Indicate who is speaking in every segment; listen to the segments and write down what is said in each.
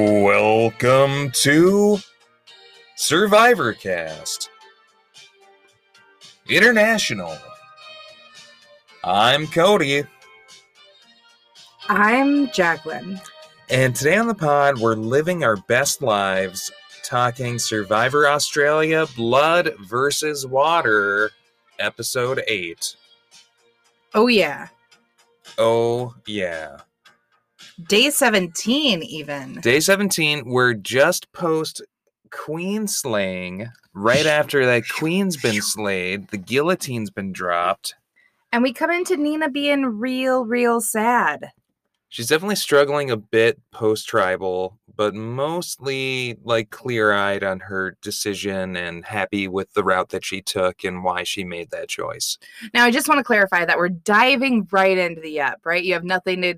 Speaker 1: Welcome to Survivor Cast International. I'm Cody,
Speaker 2: I'm Jacqueline.
Speaker 1: and today on the pod, we're living our best lives talking Survivor Australia Blood versus Water, Episode 8.
Speaker 2: Oh, yeah.
Speaker 1: Oh, yeah.
Speaker 2: Day 17, even.
Speaker 1: Day 17, we're just post Queen slaying. Right after that Queen's been slayed, the guillotine's been dropped.
Speaker 2: And we come into Nina being real, real sad.
Speaker 1: She's definitely struggling a bit post tribal, but mostly like clear eyed on her decision and happy with the route that she took and why she made that choice.
Speaker 2: Now, I just want to clarify that we're diving right into the up, right? You have nothing to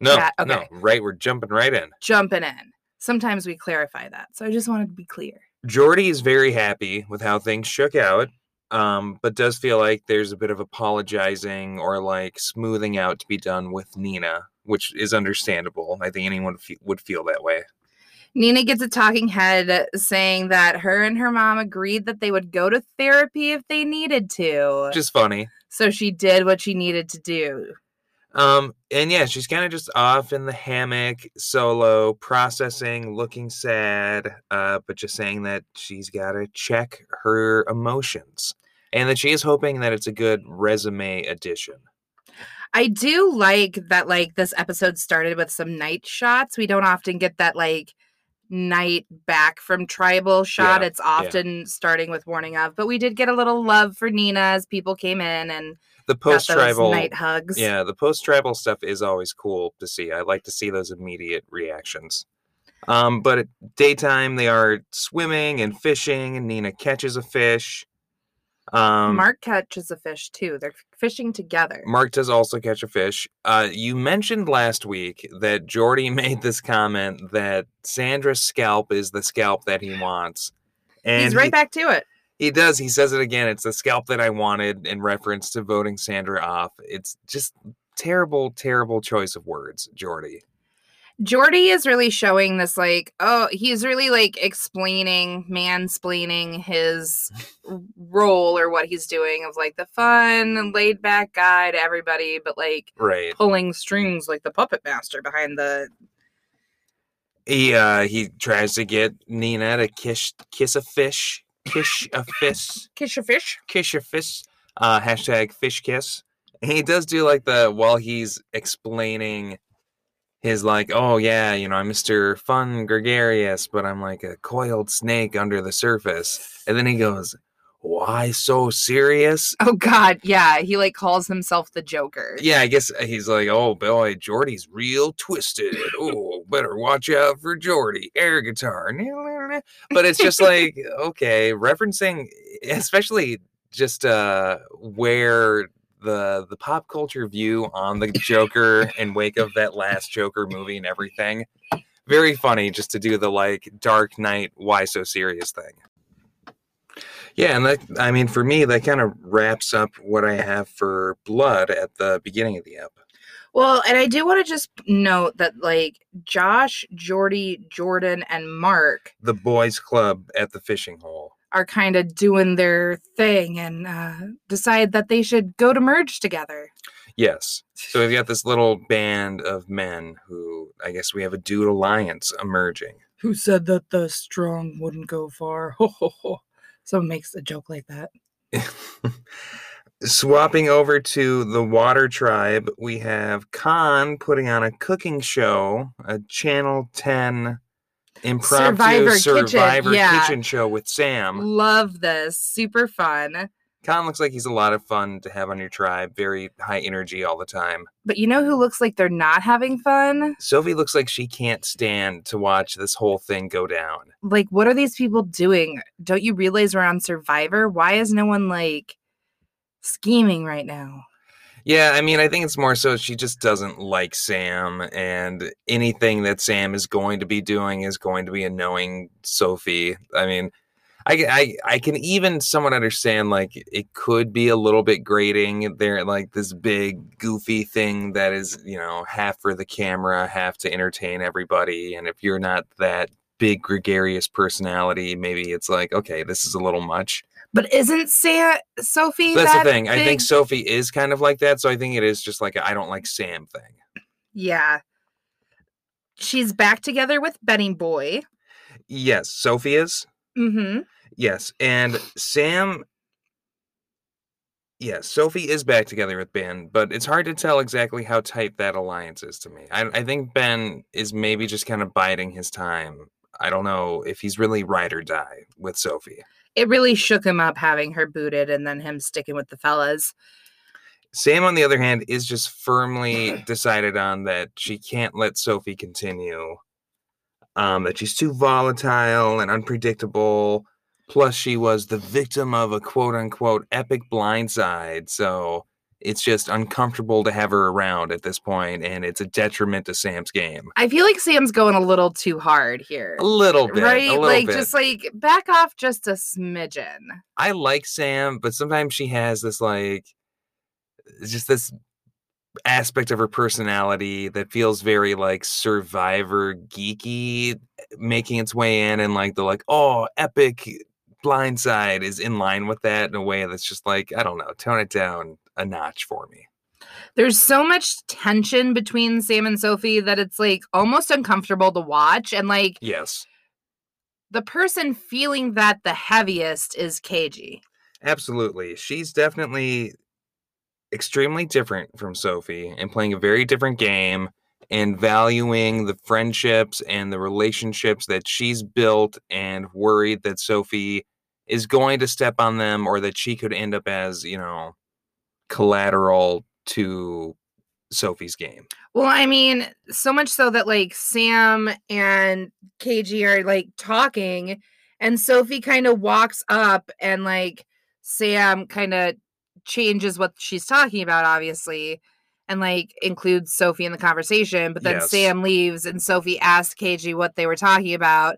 Speaker 1: No,
Speaker 2: Yeah,
Speaker 1: no,
Speaker 2: okay.
Speaker 1: right. We're jumping right in.
Speaker 2: jumping in. Sometimes we clarify that. So I just wanted to be clear.
Speaker 1: Jordy is very happy with how things shook out, um, but does feel like there's a bit of apologizing or like smoothing out to be done with Nina, which is understandable. I think anyone fe- would feel that way.
Speaker 2: Nina gets a talking head saying that her and her mom agreed that they would go to therapy if they needed to.
Speaker 1: Which is funny.
Speaker 2: so she did what she needed to do.
Speaker 1: Um, and yeah, she's kind of just off in the hammock, solo, processing, looking sad, uh, but just saying that she's got to check her emotions and that she is hoping that it's a good resume addition.
Speaker 2: I do like that like this episode started with some night shots. We don't often get that like night back from tribal shot.
Speaker 1: Yeah,
Speaker 2: it's often starting with warning of, but we did get a little love for Nina as people came in and
Speaker 1: The
Speaker 2: got
Speaker 1: post
Speaker 2: those
Speaker 1: tribal
Speaker 2: night hugs.
Speaker 1: Yeah, the post tribal stuff is always cool to see. I like to see those immediate reactions. Um, but at daytime, they are swimming and fishing, and Nina catches a fish. Um,
Speaker 2: Mark catches a fish too. They're f- fishing together.
Speaker 1: Mark does also catch a fish. Uh, you mentioned last week that Jordy made this comment that Sandra's scalp is the scalp that he wants. And
Speaker 2: He's right
Speaker 1: he-
Speaker 2: back to it.
Speaker 1: he does. He says it again. It's the scalp that I wanted in reference to voting Sandra off. It's just terrible, terrible choice of words, Jordy.
Speaker 2: Jordy is really showing this like, oh, he's really like explaining, mansplaining his r- role or what he's doing of like the fun and laid back guy to everybody, but like
Speaker 1: Right.
Speaker 2: pulling strings like the puppet master behind the
Speaker 1: He uh he tries to get Nina to kiss kiss a fish. Kiss a fish.
Speaker 2: kiss your fish.
Speaker 1: Kiss your fish. Uh hashtag fish kiss. And he does do like the while he's explaining his like, oh yeah, you know, I'm Mr. Fun Gregarious, but I'm like a coiled snake under the surface. And then he goes, Why so serious?
Speaker 2: Oh god, yeah. He like calls himself the Joker.
Speaker 1: Yeah, I guess he's like, oh boy, Jordy's real twisted. Oh, better watch out for Jordy. Air guitar. But it's just like, okay, referencing eh, especially just uh where the the pop culture view on the Joker and wake of that last Joker movie and everything. Very funny just to do the like Dark Knight, why so serious thing. Yeah, and that I mean for me that kind of wraps up what I have for blood at the beginning of the app.
Speaker 2: Well, and I do want to just note that like Josh, Jordy, Jordan, and Mark
Speaker 1: The boys club at the fishing hole.
Speaker 2: are kind of doing their thing and uh, decide that they should go to merge together.
Speaker 1: Yes. So we've got this little band of men who I guess we have a dude alliance emerging.
Speaker 2: Who said that the strong wouldn't go far? Ho ho ho. Someone makes a joke like that.
Speaker 1: Swapping over to the water tribe, we have Khan putting on a cooking show, a Channel 10 impromptu
Speaker 2: Survivor
Speaker 1: survivor,
Speaker 2: kitchen, yeah. Mm.
Speaker 1: kitchen show with Sam.
Speaker 2: Um, Love this. Super fun.
Speaker 1: Khan looks like he's a lot of fun to have on your tribe. Very high energy all the time.
Speaker 2: But you know who looks like they're not having fun?
Speaker 1: Sophie looks like she can't stand to watch this whole thing go down.
Speaker 2: Like, what are these people doing? Don't you realize we're on Survivor? Why is no one like scheming right now?
Speaker 1: Yeah, I mean, I think it's more so she just doesn't like Sam, and anything that Sam is going to be doing is going to be annoying Sophie. I mean, I, can- I I can even somewhat understand like it could be a little bit grating. They're like this big goofy thing that is you know half for the camera, half to entertain everybody. And if you're not that big gregarious personality, maybe it's like okay, this is a little much.
Speaker 2: But isn't Sam Sophie?
Speaker 1: That's
Speaker 2: that
Speaker 1: the thing. I think
Speaker 2: big-
Speaker 1: Sophie is kind of like that. So I think it is just like I I don't like Sam thing.
Speaker 2: Yeah. She's back together with Benny Boy.
Speaker 1: Yes, Sophie is.
Speaker 2: Mm-hmm.
Speaker 1: Yes, and Sam. Yes, Sophie is back together with Ben, but it's hard to tell exactly how tight that alliance is to me. I, I think Ben is maybe just kind of biding his time. I don't know if he's really ride or die with Sophie.
Speaker 2: It really shook him up having her booted and then him sticking with the fellas.
Speaker 1: Sam, on the other hand, is just firmly decided on that she can't let Sophie continue. Um, that she's too volatile and unpredictable. Plus, she was the victim of a quote unquote epic blindside. So it's just uncomfortable to have her around at this point, and it's a detriment to Sam's game.
Speaker 2: I feel like Sam's going a little too hard here.
Speaker 1: A little bit.
Speaker 2: right?
Speaker 1: A little
Speaker 2: like
Speaker 1: bit.
Speaker 2: just like back off just a smidgen.
Speaker 1: I like Sam, but sometimes she has this like just this aspect of her personality that feels very like survivor geeky eh, making its way in and like the like oh epic blindside is in line with that in a way that's just like I don't know, tone it down a notch for me.
Speaker 2: There's so much tension between Sam and Sophie that it's like almost uncomfortable to watch and like
Speaker 1: Yes.
Speaker 2: the person feeling that the heaviest is KG.
Speaker 1: Absolutely. She's definitely extremely different from Sophie and playing a very different game and valuing the friendships and the relationships that she's built and worried that Sophie is going to step on them or that she could end up as, you know, collateral to Sophie's game.
Speaker 2: Well, I mean, so much so that like Sam and KG are like talking, and Sophie kind of walks up and like Sam kind of changes what she's talking about, obviously, and like includes Sophie in the conversation. But then
Speaker 1: Yes.
Speaker 2: Sam leaves, and Sophie asks KG what they were talking about.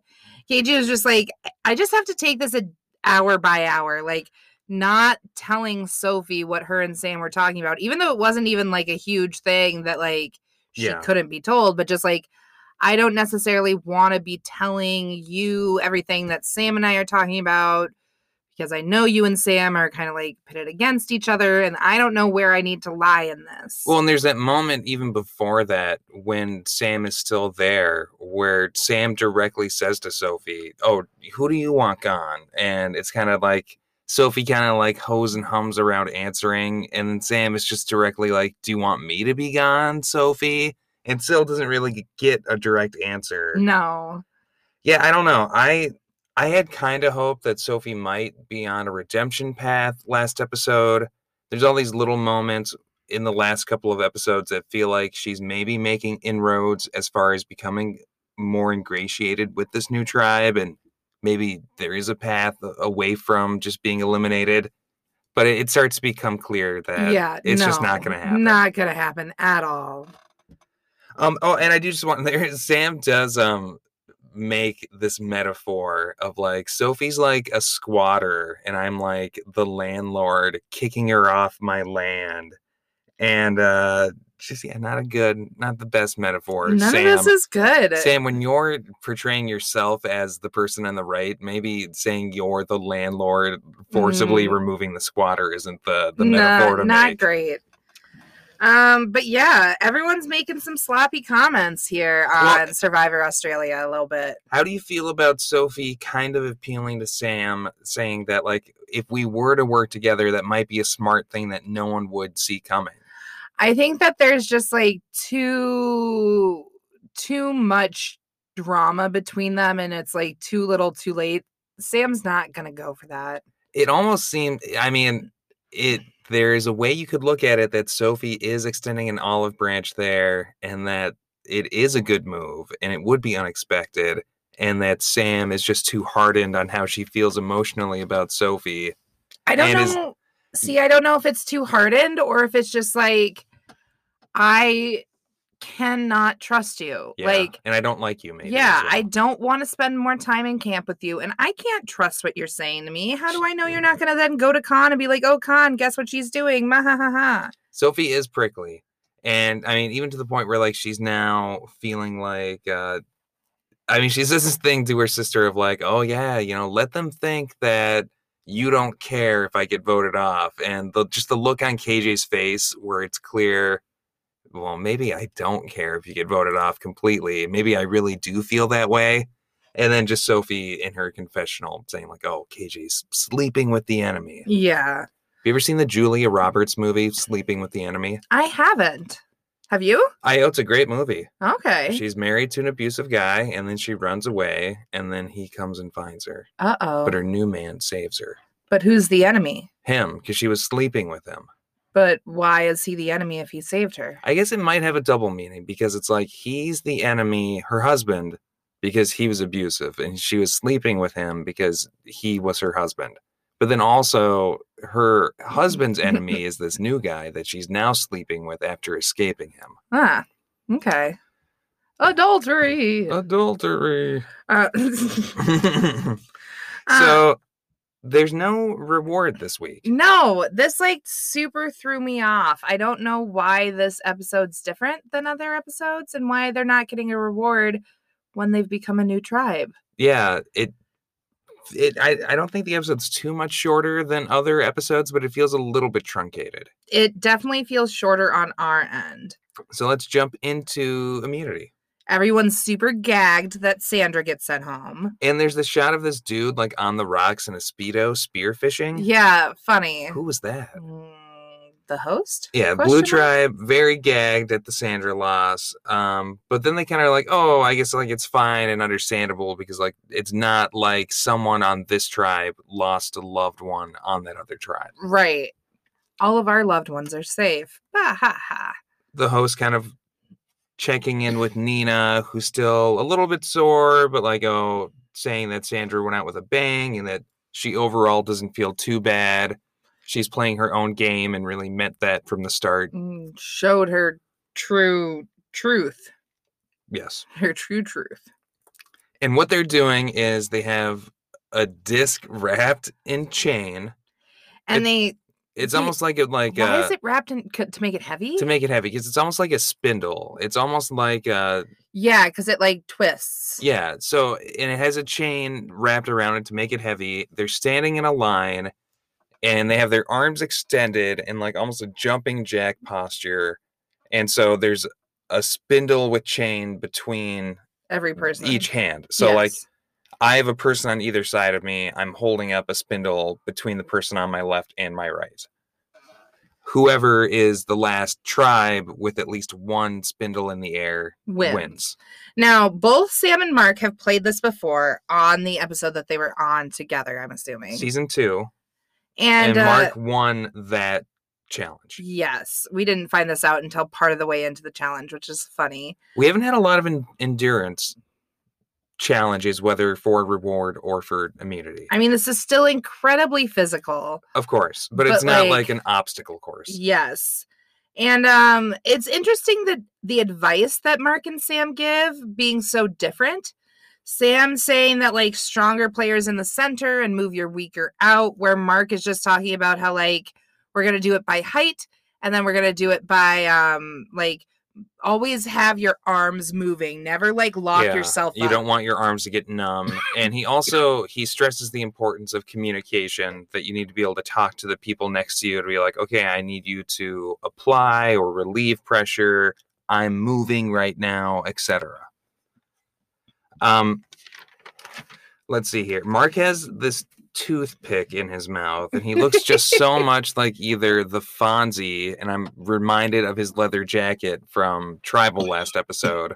Speaker 2: KG was just like, "I- I just have to take this a hour by hour. Like, not telling Sophie what her and Sam were talking about, even though it wasn't even like a huge thing that like she
Speaker 1: Yeah.
Speaker 2: couldn't be told, but just like I don't necessarily want to be telling you everything that Sam and I are talking about because I know you and Sam are kind of like pitted against each other and I don't know where I need to lie in this.
Speaker 1: Well, and there's that moment even before that when Sam is still there, where Sam directly says to Sophie, "Oh, who do you want gone?" And it's kind of like Sophie kind of like hoes and hums around answering, and then Sam is just directly like, "Do you want me to be gone, Sophie?" And still doesn't really g- get a direct answer.
Speaker 2: no.
Speaker 1: Yeah, I don't know. I I had kind of hoped that Sophie might be on a redemption path last episode. There's all these little moments in the last couple of episodes that feel like she's maybe making inroads as far as becoming more ingratiated with this new tribe and maybe there is a path a- away from just being eliminated. But it, it starts to become clear that
Speaker 2: yeah.
Speaker 1: it's just not
Speaker 2: no,
Speaker 1: gonna happen.
Speaker 2: Not going to happen at all.
Speaker 1: Um. Oh, and I do just want there. Sam does um make this metaphor of like Sophie's like a squatter, and I'm like the landlord kicking her off my land, and uh, just yeah, not a good, not the best metaphor.
Speaker 2: None
Speaker 1: Sam.
Speaker 2: of this is good.
Speaker 1: Sam, when you're portraying yourself as the person on the right, maybe saying you're the landlord, forcibly
Speaker 2: Mm.
Speaker 1: removing the squatter isn't the the
Speaker 2: No,
Speaker 1: metaphor to
Speaker 2: not
Speaker 1: make.
Speaker 2: great. Um, but yeah, everyone's making some sloppy comments here on
Speaker 1: Well-
Speaker 2: Survivor Australia a little bit.
Speaker 1: how do you feel about Sophie kind of appealing to Sam, saying that like if we were to work together, that might be a smart thing that no one would see coming?
Speaker 2: I think that there's just like too too much drama between them and it's like too little too late. Sam's not gonna go for that.
Speaker 1: It almost seemed. I mean, it. There is a way you could look at it that Sophie is extending an olive branch there, and that it is a good move, and it would be unexpected, and that Sam is just too hardened on how she feels emotionally about Sophie.
Speaker 2: I don't
Speaker 1: And is-
Speaker 2: know. See, I don't know if it's too hardened or if it's just like I cannot trust you.
Speaker 1: Yeah.
Speaker 2: Like,
Speaker 1: and I don't like you, maybe. as
Speaker 2: yeah,
Speaker 1: well.
Speaker 2: I don't want to spend more time in camp with you, and I can't trust what you're saying to me. How do I know you're not
Speaker 1: Mm-hmm.
Speaker 2: going to then go to Khan and be like, "Oh, Khan, guess what she's doing?" Ma ha ha ha.
Speaker 1: Sophie is prickly. And I mean, even to the point where like she's now feeling like uh I mean, she says this thing to her sister of like, oh yeah, you know, let them think that you don't care if I get voted off. And the just the look on KJ's face where it's clear, well, maybe I don't care if you get voted off completely. Maybe I really do feel that way. And then just Sophie in her confessional saying, like, oh, KJ's sleeping with the enemy.
Speaker 2: Yeah,
Speaker 1: Have you ever seen the Julia Roberts movie, Sleeping with the Enemy?
Speaker 2: I haven't. Have you?
Speaker 1: I oh, it's a great movie.
Speaker 2: Okay.
Speaker 1: She's married to an abusive guy, and then she runs away, and then he comes and finds her.
Speaker 2: Uh oh.
Speaker 1: But her new man saves her.
Speaker 2: But who's the enemy?
Speaker 1: Him, because she was sleeping with him.
Speaker 2: But why is he the enemy if he saved her?
Speaker 1: I guess it might have a double meaning because it's like he's the enemy, her husband, because he was abusive, and she was sleeping with him because he was her husband. But then also, her husband's enemy is this new guy that she's now sleeping with after escaping him.
Speaker 2: Ah, okay. Adultery.
Speaker 1: Uh, Adultery.
Speaker 2: Uh, uh,
Speaker 1: so there's no reward this
Speaker 2: Mm.
Speaker 1: week.
Speaker 2: No, this like super threw me off. I don't know why this episode's different than other episodes and why they're not getting a reward when they've become a new tribe.
Speaker 1: Yeah, it it I, I don't think the episode's too much shorter than other episodes, but it feels a little bit truncated.
Speaker 2: It definitely feels shorter on our end.
Speaker 1: So let's jump into immunity.
Speaker 2: Everyone's super gagged that Sandra gets sent home.
Speaker 1: And there's the shot of this dude like on the rocks in a speedo spear fishing.
Speaker 2: Yeah, funny.
Speaker 1: Who was that?
Speaker 2: Mm, The host?
Speaker 1: Yeah, Blue
Speaker 2: Question mark?
Speaker 1: Tribe, very gagged at the Sandra loss. Um, but then they kind of like, oh, I guess like it's fine and understandable because like it's not like someone on this tribe lost a loved one on that other tribe.
Speaker 2: Right. All of our loved ones are safe. Ha ha ha.
Speaker 1: The host kind of checking in with Nina, who's still a little bit sore, but like, oh, saying that Sandra went out with a bang and that she overall doesn't feel too bad. She's playing her own game and really meant that from the start.
Speaker 2: Mm, Showed her true truth.
Speaker 1: Yes.
Speaker 2: Her true truth.
Speaker 1: And what they're doing is they have a disc wrapped in chain.
Speaker 2: and they
Speaker 1: It's
Speaker 2: Dude,
Speaker 1: almost like it like
Speaker 2: why
Speaker 1: uh,
Speaker 2: is it wrapped in c- to make it heavy?
Speaker 1: to make it heavy because it's almost like a spindle. It's almost like uh
Speaker 2: yeah, because it like twists.
Speaker 1: yeah. So and it has a chain wrapped around it to make it heavy. They're standing in a line, and they have their arms extended in like almost a jumping jack posture. And so there's a spindle with chain between
Speaker 2: Every person,
Speaker 1: each hand. So like
Speaker 2: Yes.
Speaker 1: I have a person on either side of me. I'm holding up a spindle between the person on my left and my right. Whoever is the last tribe with at least one spindle in the air
Speaker 2: wins.
Speaker 1: wins.
Speaker 2: Now, both Sam and Mark have played this before on the episode that they were on together. I'm assuming,
Speaker 1: Season two.
Speaker 2: and,
Speaker 1: And,
Speaker 2: uh,
Speaker 1: Mark won that challenge.
Speaker 2: yes, we didn't find this out until part of the way into the challenge, which is funny.
Speaker 1: We haven't had a lot of en- endurance challenges, whether for reward or for immunity.
Speaker 2: I mean, this is still incredibly physical.
Speaker 1: Of course, but, it's
Speaker 2: But,
Speaker 1: not
Speaker 2: like-
Speaker 1: like an obstacle course.
Speaker 2: Yes. And um it's interesting that the advice that Mark and Sam give being so different. Sam saying that like stronger players in the center and move your weaker out, where Mark is just talking about how like we're gonna do it by height and then we're gonna do it by um like always have your arms moving, never like lock
Speaker 1: Yeah,
Speaker 2: yourself
Speaker 1: You
Speaker 2: up.
Speaker 1: don't want your arms to get numb. and he also he stresses the importance of communication that you need to be able to talk to the people next to you to be like, okay, I need you to apply or relieve pressure. I'm moving right now, etc. Um, let's see here. Mark has this toothpick in his mouth, and he looks just so much like either the Fonzie, and I'm reminded of his leather jacket from Tribal last episode,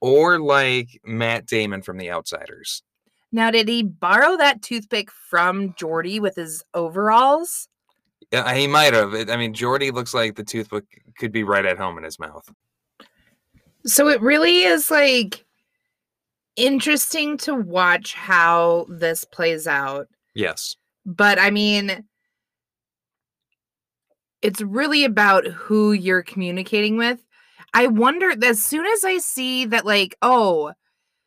Speaker 1: or like Matt Damon from The Outsiders.
Speaker 2: now did he borrow that toothpick from Jordy with his overalls?
Speaker 1: Yeah, he might have. It- I mean, Jordy looks like the toothpick could be right at home in his mouth.
Speaker 2: So it really is like interesting to watch how this plays out.
Speaker 1: Yes.
Speaker 2: But I mean, it's really about who you're communicating with. I wonder as soon as I see that, like, oh,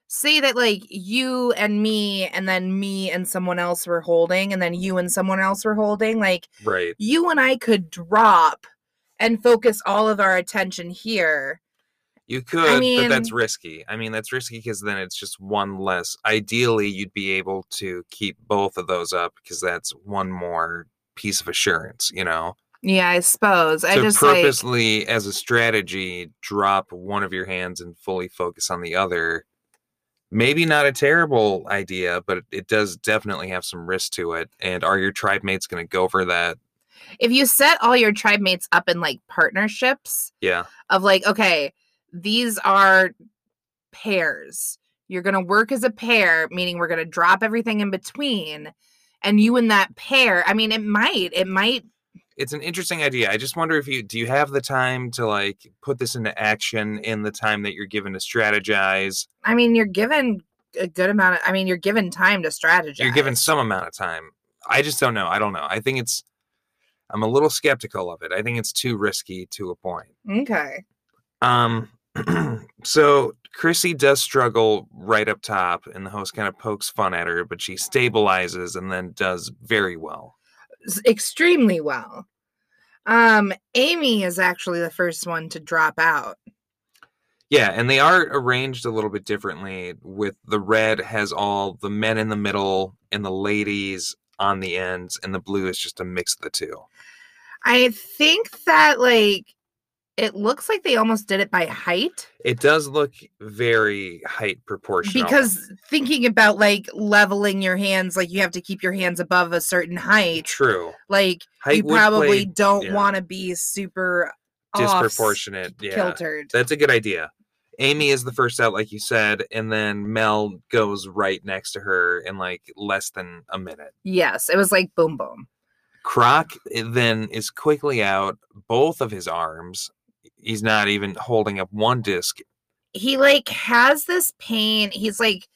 Speaker 2: say that like you and me, and then me and someone else were holding, and then you and someone else were holding, like
Speaker 1: Right.
Speaker 2: you and I could drop and focus all of our attention here.
Speaker 1: You could, but that's
Speaker 2: mean-
Speaker 1: risky. I mean, that's risky because then it's just one less. Ideally, you'd be able to keep both of those up because that's one more piece of assurance, you know?
Speaker 2: Yeah, I suppose. I
Speaker 1: to
Speaker 2: just like
Speaker 1: purposely, as a strategy, drop one of your hands and fully focus on the other. Maybe not a terrible idea, but it does definitely have some risk to it. And are your tribe mates going to go for that?
Speaker 2: if you set all your tribe mates up in like partnerships,
Speaker 1: Yeah.
Speaker 2: of like, okay, these are pairs. You're going to work as a pair, meaning we're going to drop everything in between. And you and that pair, I mean, it might, it might.
Speaker 1: It's an interesting idea. I just wonder if you do you have the time to like put this into action in the time that you're given to strategize?
Speaker 2: I mean, you're given a good amount of, I mean, you're given time to strategize.
Speaker 1: You're given some amount of time. I just don't know. I don't know. I think it's I'm a little skeptical of it. I think it's too risky to a point.
Speaker 2: Okay.
Speaker 1: Um, so Chrissy does struggle right up top, and the host kind of pokes fun at her, but she stabilizes and then does very well.
Speaker 2: S- Extremely well. Um, Amy is actually the first one to drop out.
Speaker 1: Yeah, and they are arranged a little bit differently. With the red has all the men in the middle and the ladies on the ends, and the blue is just a mix of the two.
Speaker 2: I think that, like, it looks like they almost did it by height.
Speaker 1: It does look very height proportional
Speaker 2: because thinking about like leveling your hands like you have to keep your hands above a certain height
Speaker 1: true
Speaker 2: like
Speaker 1: height
Speaker 2: you
Speaker 1: would
Speaker 2: probably
Speaker 1: play
Speaker 2: don't
Speaker 1: yeah.
Speaker 2: want to be super off
Speaker 1: disproportionate. Yeah,
Speaker 2: kiltered
Speaker 1: That's a good idea. Amy is the first out, like you said, and then Mel goes right next to her in like less than a minute.
Speaker 2: yes it was like boom boom
Speaker 1: Croc i- then is quickly out, both of his arms. He's not even holding up one disc.
Speaker 2: he like has this pain he's like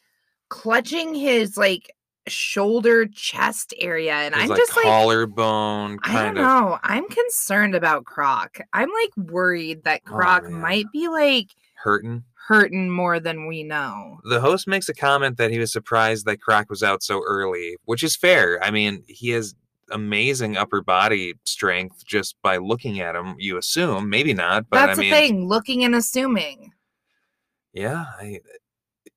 Speaker 2: clutching his like shoulder chest area and
Speaker 1: His
Speaker 2: i'm
Speaker 1: like
Speaker 2: just like
Speaker 1: collarbone
Speaker 2: I don't
Speaker 1: kind of.
Speaker 2: know. I'm concerned about Croc. I'm like worried that
Speaker 1: Oh,
Speaker 2: Croc
Speaker 1: man.
Speaker 2: might be like
Speaker 1: Hurting.
Speaker 2: hurting more than we know.
Speaker 1: The host makes a comment that he was surprised that Croc was out so early, which is fair. I mean, he has amazing upper body strength just by looking at him, you assume. Maybe not, but
Speaker 2: That's
Speaker 1: I mean,
Speaker 2: the thing, looking and assuming.
Speaker 1: Yeah, I,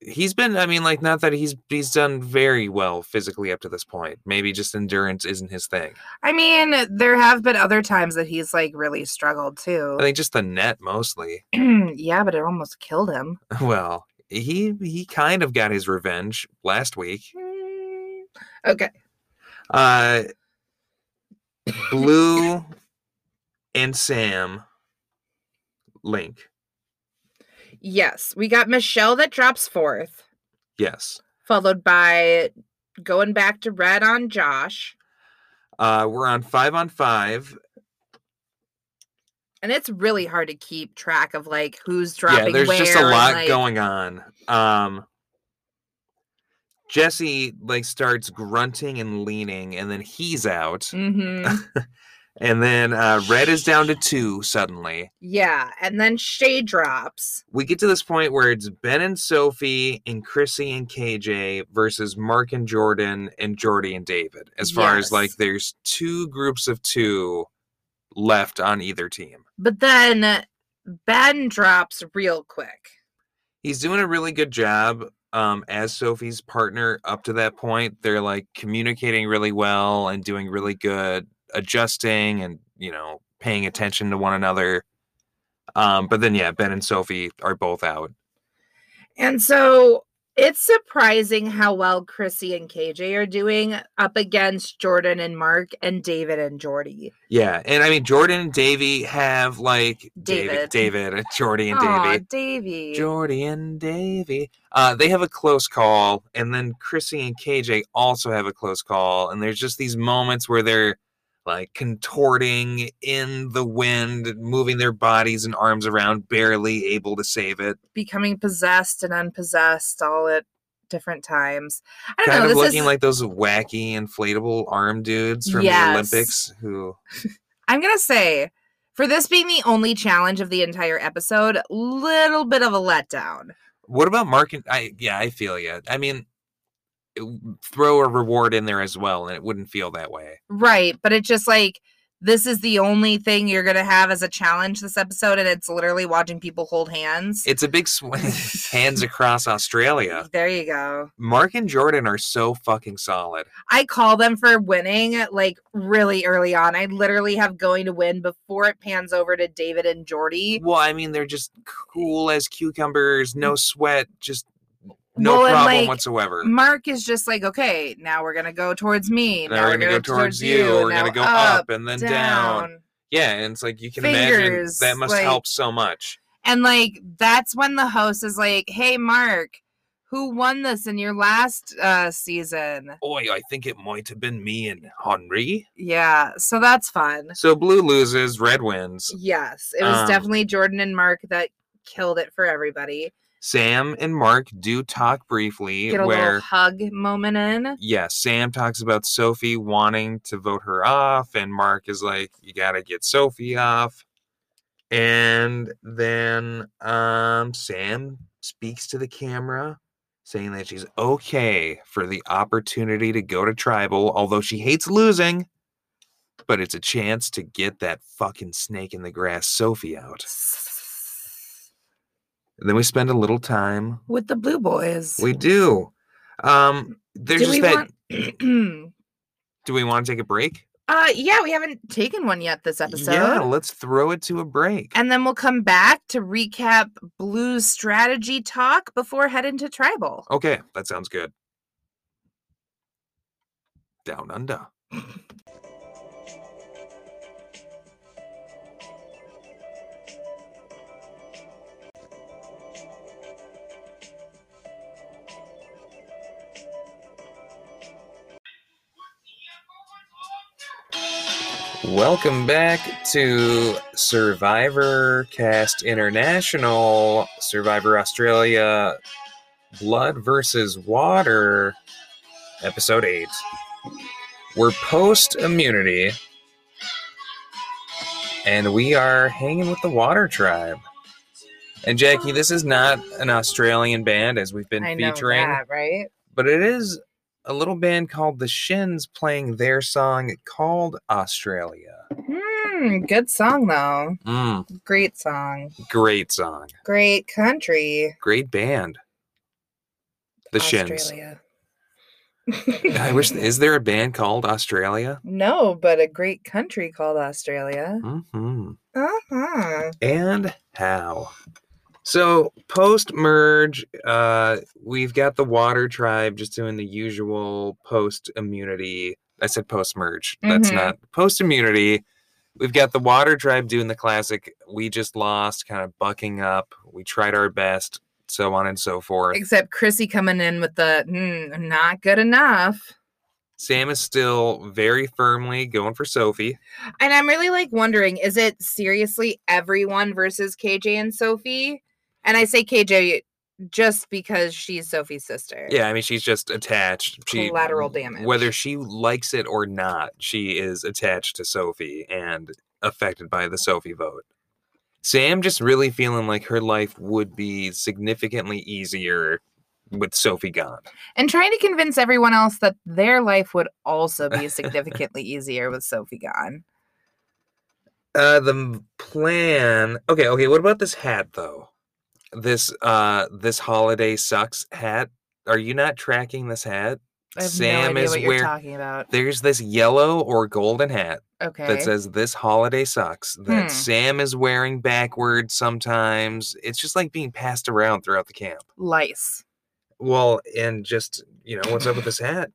Speaker 1: he's been. I mean, like, not that he's he's done very well physically up to this point. Maybe just endurance isn't his thing.
Speaker 2: I mean, there have been other times that he's like really struggled too.
Speaker 1: I think just the net mostly.
Speaker 2: yeah, but it almost killed him.
Speaker 1: Well, he he kind of got his revenge last week.
Speaker 2: Mm, Okay.
Speaker 1: Uh, Blue and Sam link.
Speaker 2: Yes, we got Michelle that drops fourth,
Speaker 1: Yes.
Speaker 2: followed by going back to red on Josh.
Speaker 1: Uh, we're on five on five.
Speaker 2: And it's really hard to keep track of like who's dropping
Speaker 1: yeah, there's
Speaker 2: where.
Speaker 1: just a
Speaker 2: and,
Speaker 1: lot
Speaker 2: like-
Speaker 1: going on. Um, Jesse like starts grunting and leaning, and then he's out,
Speaker 2: Mhm.
Speaker 1: and then uh, Red is down to two. Suddenly,
Speaker 2: Yeah, and then Shay drops.
Speaker 1: we get to this point where it's Ben and Sophie and Chrissy and KJ versus Mark and Jordan and Jordy and David. As far as like,
Speaker 2: Yes.
Speaker 1: there's two groups of two left on either team.
Speaker 2: But then Ben drops real quick.
Speaker 1: he's doing a really good job um as Sophie's partner up to that point. They're like communicating really well and doing really good adjusting and, you know, paying attention to one another. Um but then yeah, Ben and Sophie are both out.
Speaker 2: And so it's surprising how well Chrissy and KJ are doing up against Jordan and Mark and David and Jordy.
Speaker 1: Yeah, and I mean Jordan and Davy have like David
Speaker 2: David.
Speaker 1: David, Jordy and
Speaker 2: Aw,
Speaker 1: Davy.
Speaker 2: Davey.
Speaker 1: Jordy and Davy. Uh, they have a close call, and then Chrissy and KJ also have a close call. And there's just these moments where they're like contorting in the wind, moving their bodies and arms around, barely able to save it.
Speaker 2: Becoming possessed and unpossessed all at different times. I don't
Speaker 1: Kind
Speaker 2: know.
Speaker 1: of
Speaker 2: This
Speaker 1: looking
Speaker 2: is,
Speaker 1: like those wacky inflatable arm dudes from
Speaker 2: Yes.
Speaker 1: the Olympics who
Speaker 2: I'm going to say For this being the only challenge of the entire episode, little bit of a letdown.
Speaker 1: What about Mark? And I yeah, I feel you. I mean, it w- throw a reward in there as well, and it wouldn't feel that way.
Speaker 2: Right, but it's just like this is the only thing you're going to have as a challenge this episode and it's literally watching people hold hands.
Speaker 1: It's a big swing. Hands across Australia.
Speaker 2: There you go.
Speaker 1: Mark and Jordan are so fucking solid.
Speaker 2: I call them for winning like really early on. I literally have going to win before it pans over to David and Jordy.
Speaker 1: Well, I mean, they're just cool as cucumbers, no sweat, just no
Speaker 2: Mm. Well, and,
Speaker 1: problem
Speaker 2: like,
Speaker 1: whatsoever.
Speaker 2: Mark is just like, okay, now we're gonna go towards me.
Speaker 1: Now we're gonna go towards you. We're
Speaker 2: now
Speaker 1: gonna go up, and then down. Yeah, and it's like you can imagine
Speaker 2: Fingers,
Speaker 1: that must
Speaker 2: like-
Speaker 1: help so much.
Speaker 2: And like that's when the host is like, hey, Mark, who won this in your last uh, season?
Speaker 1: Oi, I think it might have been me and Henry.
Speaker 2: Yeah, so that's fun.
Speaker 1: So blue loses, red wins.
Speaker 2: Yes, it was
Speaker 1: Um,
Speaker 2: definitely Jordan and Mark that killed it for everybody.
Speaker 1: Sam and Mark do talk briefly
Speaker 2: Get a little
Speaker 1: where
Speaker 2: hug moment in.
Speaker 1: yeah, Sam talks about Sophie wanting to vote her off, and Mark is like, you gotta get Sophie off. And then um, Sam speaks to the camera, saying that she's okay for the opportunity to go to tribal, although she hates losing, but it's a chance to get that fucking snake in the grass Sophie out. And then we spend a little time.
Speaker 2: With the blue boys.
Speaker 1: We do. Um, there's
Speaker 2: Do
Speaker 1: just
Speaker 2: we
Speaker 1: that.
Speaker 2: want-
Speaker 1: Do we want to take a break?
Speaker 2: uh yeah, we haven't taken one yet this episode.
Speaker 1: Yeah, let's throw it to a break.
Speaker 2: And then we'll come back to recap Blue's strategy talk before heading to Tribal.
Speaker 1: Okay, that sounds good. Down under. Welcome back to Survivor Cast International, Survivor Australia Blood versus Water, episode 8. We're post immunity, and we are hanging with the Water Tribe. And Jackie, this is not an Australian band as we've been
Speaker 2: I know
Speaker 1: featuring,
Speaker 2: that, right?
Speaker 1: but it is a little band called The Shins playing their song called Australia.
Speaker 2: Hmm, good song though.
Speaker 1: Mm,
Speaker 2: Great song.
Speaker 1: great song,
Speaker 2: Great country.
Speaker 1: great band. The Shins.
Speaker 2: Australia.
Speaker 1: I wish. Is there a band called Australia?
Speaker 2: No, but a great country called Australia.
Speaker 1: hmm
Speaker 2: Uh-huh.
Speaker 1: and how. So post merge, uh, we've got the water tribe just doing the usual post immunity. I said post merge. That's
Speaker 2: Mhm.
Speaker 1: not post immunity. We've got the water tribe doing the classic. We just lost, kind of bucking up. We tried our best, so on and so forth.
Speaker 2: Except Chrissy coming in with the mm, not good enough.
Speaker 1: Sam is still very firmly going for Sophie.
Speaker 2: And I'm really like wondering, is it seriously everyone versus KJ and Sophie? And I say KJ just because she's Sophie's sister.
Speaker 1: Yeah, I mean she's just attached. She
Speaker 2: Collateral damage.
Speaker 1: whether she likes it or not, she is attached to Sophie and affected by the Sophie vote. Sam just really feeling like her life would be significantly easier with Sophie gone.
Speaker 2: And trying to convince everyone else that their life would also be significantly easier with Sophie gone.
Speaker 1: Uh the m- plan. Okay, okay, what about this hat though? This uh this holiday sucks hat. Are you not tracking this hat?
Speaker 2: I have
Speaker 1: Sam
Speaker 2: no idea
Speaker 1: is
Speaker 2: what you're
Speaker 1: where-
Speaker 2: talking about.
Speaker 1: There's this yellow or golden hat
Speaker 2: Okay.
Speaker 1: that says this holiday sucks that
Speaker 2: Hmm.
Speaker 1: sam is wearing backwards sometimes it's just like being passed around throughout the camp
Speaker 2: Lice.
Speaker 1: well and just you know what's up with this hat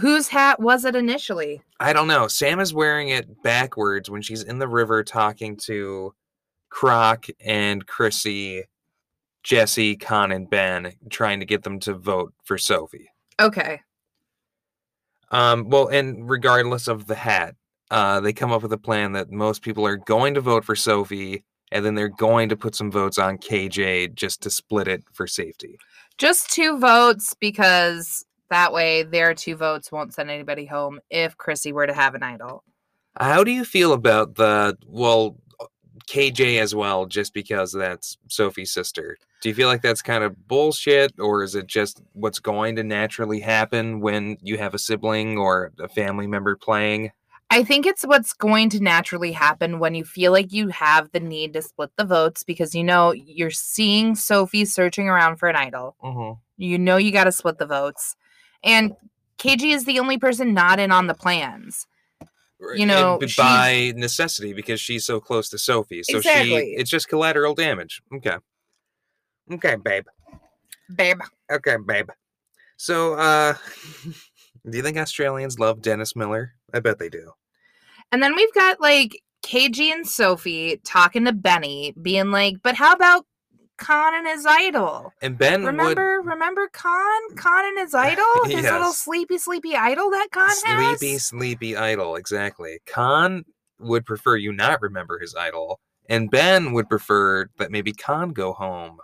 Speaker 2: Whose hat was it initially?
Speaker 1: i don't know sam is wearing it backwards when she's in the river talking to croc and chrissy jesse con and ben trying to get them to vote for sophie
Speaker 2: Okay.
Speaker 1: Um, well, and regardless of the hat, uh, they come up with a plan that most people are going to vote for Sophie, and then they're going to put some votes on KJ just to split it for safety.
Speaker 2: Just two votes because that way their two votes won't send anybody home if Chrissy were to have an idol.
Speaker 1: How do you feel about the well, KJ as well, just because that's Sophie's sister. Do you feel like that's kind of bullshit, or is it just what's going to naturally happen when you have a sibling or a family member playing?
Speaker 2: I think it's what's going to naturally happen when you feel like you have the need to split the votes because you know you're seeing Sophie searching around for an idol.
Speaker 1: Mm-hmm.
Speaker 2: You know you got to split the votes. And KG is the only person not in on the plans. You know, she's-
Speaker 1: by necessity because she's so close to Sophie, so
Speaker 2: Exactly.
Speaker 1: she it's just collateral damage. Okay, okay, babe.
Speaker 2: Babe.
Speaker 1: Okay, babe. So, uh, do you think Australians love Dennis Miller? I bet they do.
Speaker 2: And then we've got like KG and Sophie talking to Benny, being like, but how about Khan and his idol?
Speaker 1: And Ben
Speaker 2: Remember, remember Khan? Khan and his idol? His little
Speaker 1: Yes.
Speaker 2: sleepy, sleepy idol that Khan
Speaker 1: would sleepy,
Speaker 2: has?
Speaker 1: sleepy idol. Exactly. Khan would prefer you not remember his idol, and Ben would prefer that maybe Khan go home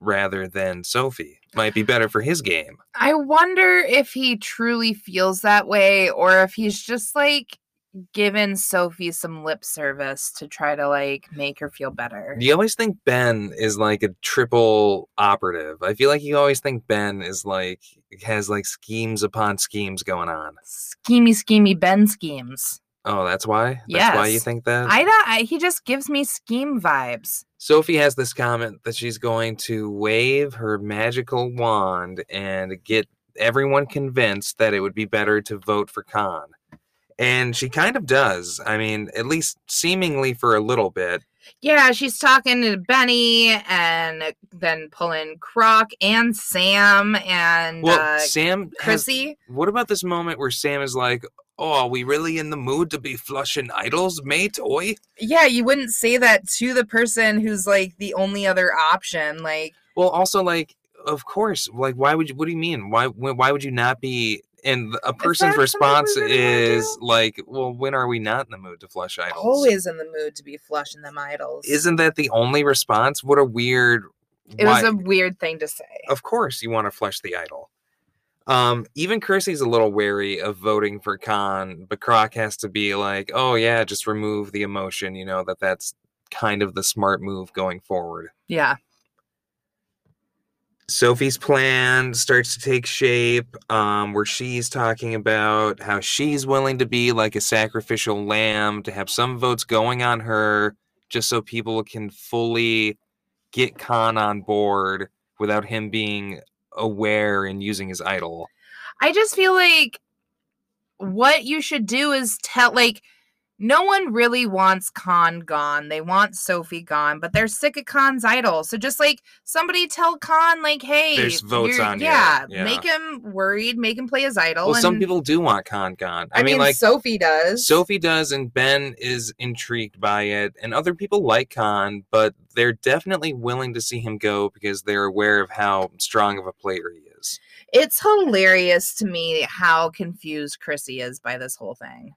Speaker 1: rather than Sophie. Might be better for his game.
Speaker 2: I wonder if he truly feels that way or if he's just like giving Sophie some lip service to try to like make her feel better.
Speaker 1: You always think Ben is like a triple operative. I feel like you always think Ben is like has like schemes upon schemes going on.
Speaker 2: Schemy, schemy, Ben schemes.
Speaker 1: Oh, that's why. That's why you
Speaker 2: Yes.
Speaker 1: think that.
Speaker 2: I don't, I, he just gives me scheme vibes.
Speaker 1: Sophie has this comment that she's going to wave her magical wand and get everyone convinced that it would be better to vote for Khan. And she kind of does. I mean, at least seemingly for a little bit.
Speaker 2: Yeah, she's talking to Benny and then pulling Croc and Sam and
Speaker 1: Well,
Speaker 2: uh,
Speaker 1: Sam, has,
Speaker 2: Chrissy.
Speaker 1: what about this moment where Sam is like, Oh, are we really in the mood to be flushing idols, mate? Oi?
Speaker 2: Yeah, you wouldn't say that to the person who's like the only other option. Like,
Speaker 1: Well, also, like, of course. Like, why would you? What do you mean? Why? wh- Why would you not be? And a person's
Speaker 2: something we
Speaker 1: response
Speaker 2: really wanna do?
Speaker 1: is like, "Well, when are we not in the mood to flush idols?"
Speaker 2: always in the mood to be flushing them idols.
Speaker 1: Isn't that the only response? What a weird.
Speaker 2: it was
Speaker 1: why- Oh.
Speaker 2: a weird thing to say.
Speaker 1: of course you want to flush the idol. Um, even Kirsty's a little wary of voting for Khan, but Croc has to be like, "Oh yeah, just remove the emotion." You know that that's kind of the smart move going forward.
Speaker 2: Yeah.
Speaker 1: Sophie's plan starts to take shape, um, where she's talking about how she's willing to be like a sacrificial lamb to have some votes going on her just so people can fully get Khan on board without him being aware and using his idol.
Speaker 2: I just feel like what you should do is tell like no one really wants Khan gone. They want Sophie gone, but they're sick of Khan's idol. So just like somebody tell Khan, like, hey,
Speaker 1: There's votes
Speaker 2: you're-
Speaker 1: on here.
Speaker 2: yeah,
Speaker 1: Yeah.
Speaker 2: make him worried, make him play his idol.
Speaker 1: Well, some
Speaker 2: and-
Speaker 1: people do want Khan gone.
Speaker 2: I, mean,
Speaker 1: like
Speaker 2: Sophie does.
Speaker 1: Sophie does, and Ben is intrigued by it, and other people like Khan, but they're definitely willing to see him go because they're aware of how strong of a player he is.
Speaker 2: it's hilarious to me how confused Chrissy is by this whole thing.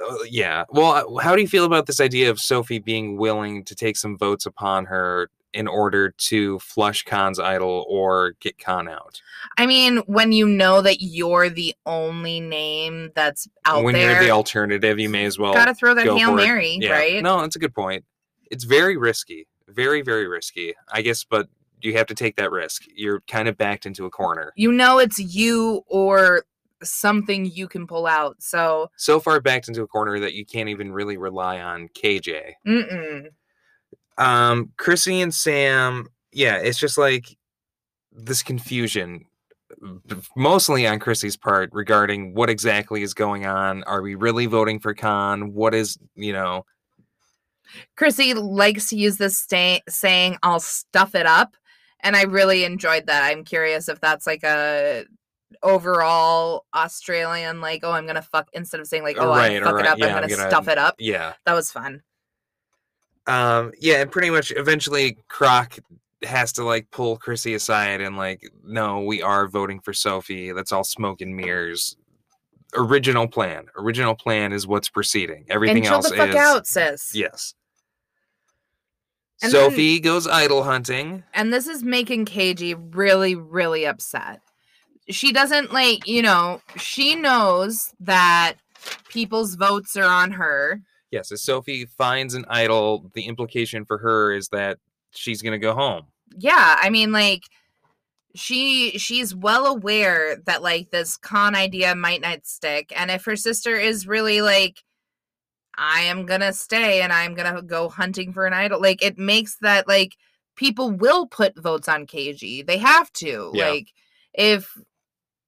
Speaker 1: Uh, yeah. Well, uh, how do you feel about this idea of Sophie being willing to take some votes upon her in order to flush Khan's idol or get Khan out?
Speaker 2: I mean, when you know that you're the only name that's out
Speaker 1: when
Speaker 2: there,
Speaker 1: you're the alternative, you may as well.
Speaker 2: gotta throw that
Speaker 1: go
Speaker 2: hail
Speaker 1: for it.
Speaker 2: mary,
Speaker 1: Yeah.
Speaker 2: right?
Speaker 1: No, that's a good point. It's very risky. Very, very risky. I guess, but you have to take that risk. You're kind of backed into a corner.
Speaker 2: you know it's you or something you can pull out. So,
Speaker 1: So far backed into a corner that you can't even really rely on KJ.
Speaker 2: mm-mm.
Speaker 1: Um, Chrissy and Sam, yeah, it's just like this confusion, b- mostly on Chrissy's part regarding what exactly is going on. Are we really voting for Khan? What is, you know,
Speaker 2: Chrissy likes to use this sta- saying, "I'll stuff it up," and I really enjoyed that. I'm curious if that's like a overall Australian, like, "Oh, I'm gonna fuck," instead of saying like, "Oh,
Speaker 1: Uh, Right,
Speaker 2: I'm fuck
Speaker 1: alright,
Speaker 2: it up,"
Speaker 1: yeah,
Speaker 2: I'm,
Speaker 1: I'm
Speaker 2: gonna
Speaker 1: gonna-
Speaker 2: stuff it up.
Speaker 1: yeah.
Speaker 2: That was fun.
Speaker 1: um yeah and pretty much eventually croc has to like pull chrissy aside and like no we are voting for sophie that's all smoke and mirrors original plan original plan is what's proceeding everything
Speaker 2: and chill
Speaker 1: else
Speaker 2: the fuck
Speaker 1: is
Speaker 2: out, sis.
Speaker 1: yes
Speaker 2: And then-
Speaker 1: sophie goes idol hunting
Speaker 2: and this is making KG really, really upset. She doesn't like, you know, she knows that people's votes are on her.
Speaker 1: Yes, as Sophie finds an idol, the implication for her is that she's going to go home.
Speaker 2: yeah i mean like she she's well aware that like this con idea might not stick and if her sister is really like i am gonna stay and i'm gonna go hunting for an idol like it makes that like people will put votes on kg they have to
Speaker 1: Yeah.
Speaker 2: like if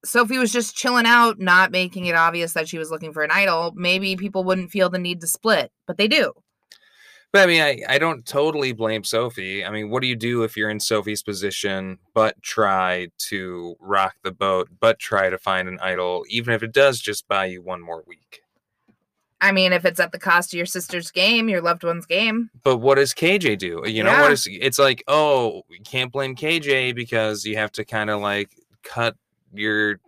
Speaker 2: sophie was just chilling out not making it obvious that she was looking for an idol maybe people wouldn't feel the need to split but they do
Speaker 1: But I mean, I, I don't totally blame Sophie. I mean, what do you do if you're in Sophie's position but try to rock the boat, but try to find an idol, even if it does just buy you one more week?
Speaker 2: i mean if it's at the cost of your sister's game your loved one's game
Speaker 1: But what does KJ do? You know, what
Speaker 2: Yeah.
Speaker 1: is it's like, oh, you can't blame KJ because you have to kind of like cut your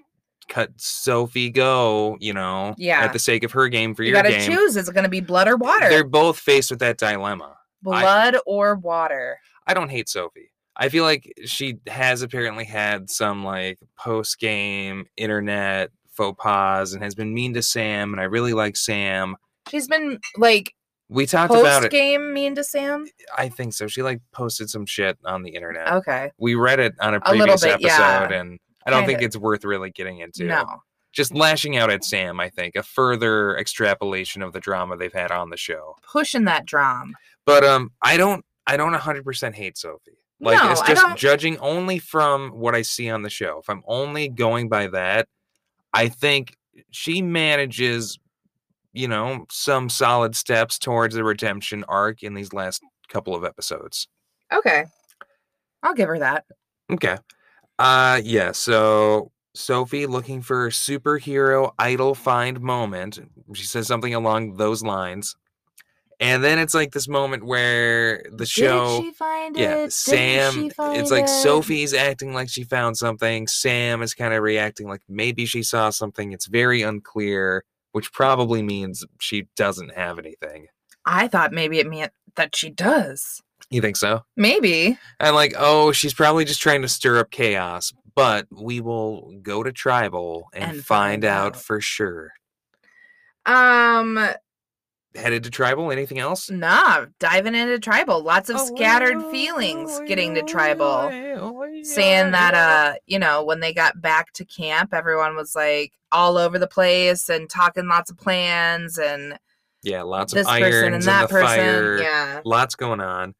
Speaker 1: cut Sophie go, you know,
Speaker 2: Yeah.
Speaker 1: at the sake of her game for
Speaker 2: you
Speaker 1: your
Speaker 2: gotta
Speaker 1: game.
Speaker 2: choose is it gonna be blood or water
Speaker 1: They're both faced with that dilemma.
Speaker 2: blood or water
Speaker 1: I don't hate Sophie. I feel like she has apparently had some like post game internet faux pas and has been mean to Sam, and I really like Sam.
Speaker 2: she's been like
Speaker 1: We talked about
Speaker 2: post
Speaker 1: it.
Speaker 2: game mean to sam
Speaker 1: I think so. She like posted some shit on the internet.
Speaker 2: okay
Speaker 1: We read it on a
Speaker 2: Oh. A little
Speaker 1: previous
Speaker 2: bit,
Speaker 1: episode,
Speaker 2: yeah.
Speaker 1: and I don't think
Speaker 2: Kinda.
Speaker 1: it's worth really getting into.
Speaker 2: no
Speaker 1: Just lashing out at Sam, I think, a further extrapolation of the drama they've had on the show.
Speaker 2: pushing that drum
Speaker 1: But um, I don't, I don't 100% hate Sophie. Like it's
Speaker 2: No, I
Speaker 1: just
Speaker 2: don't-
Speaker 1: judging only from what I see on the show. If I'm only going by that, I think she manages, you know, some solid steps towards the redemption arc in these last couple of episodes.
Speaker 2: okay i'll give her that
Speaker 1: Okay. Uh yeah, so Sophie looking for superhero idol find moment. She says something along those lines. And then it's like this moment where the show
Speaker 2: did she find it
Speaker 1: yeah,
Speaker 2: Didn't
Speaker 1: Sam.
Speaker 2: she
Speaker 1: It's
Speaker 2: find
Speaker 1: like
Speaker 2: it?
Speaker 1: Sophie's acting like she found something. Sam is kind of reacting like maybe she saw something. It's very unclear, which probably means she doesn't have anything.
Speaker 2: i thought maybe it meant that she does
Speaker 1: You think so?
Speaker 2: maybe
Speaker 1: And like, oh, she's probably just trying to stir up chaos. But we will go to tribal and,
Speaker 2: And
Speaker 1: find,
Speaker 2: find
Speaker 1: out
Speaker 2: out.
Speaker 1: for sure.
Speaker 2: um
Speaker 1: Headed to tribal. Anything else?
Speaker 2: nah diving into tribal lots of
Speaker 1: Oh,
Speaker 2: scattered
Speaker 1: oh,
Speaker 2: feelings
Speaker 1: oh,
Speaker 2: getting to
Speaker 1: oh,
Speaker 2: tribal
Speaker 1: yeah, oh, yeah,
Speaker 2: saying that
Speaker 1: yeah.
Speaker 2: uh you know when they got back to camp everyone was like all over the place and talking lots of plans and
Speaker 1: yeah, lots of
Speaker 2: this person
Speaker 1: irons
Speaker 2: and
Speaker 1: in
Speaker 2: that
Speaker 1: the
Speaker 2: person
Speaker 1: fire.
Speaker 2: yeah
Speaker 1: lots going on.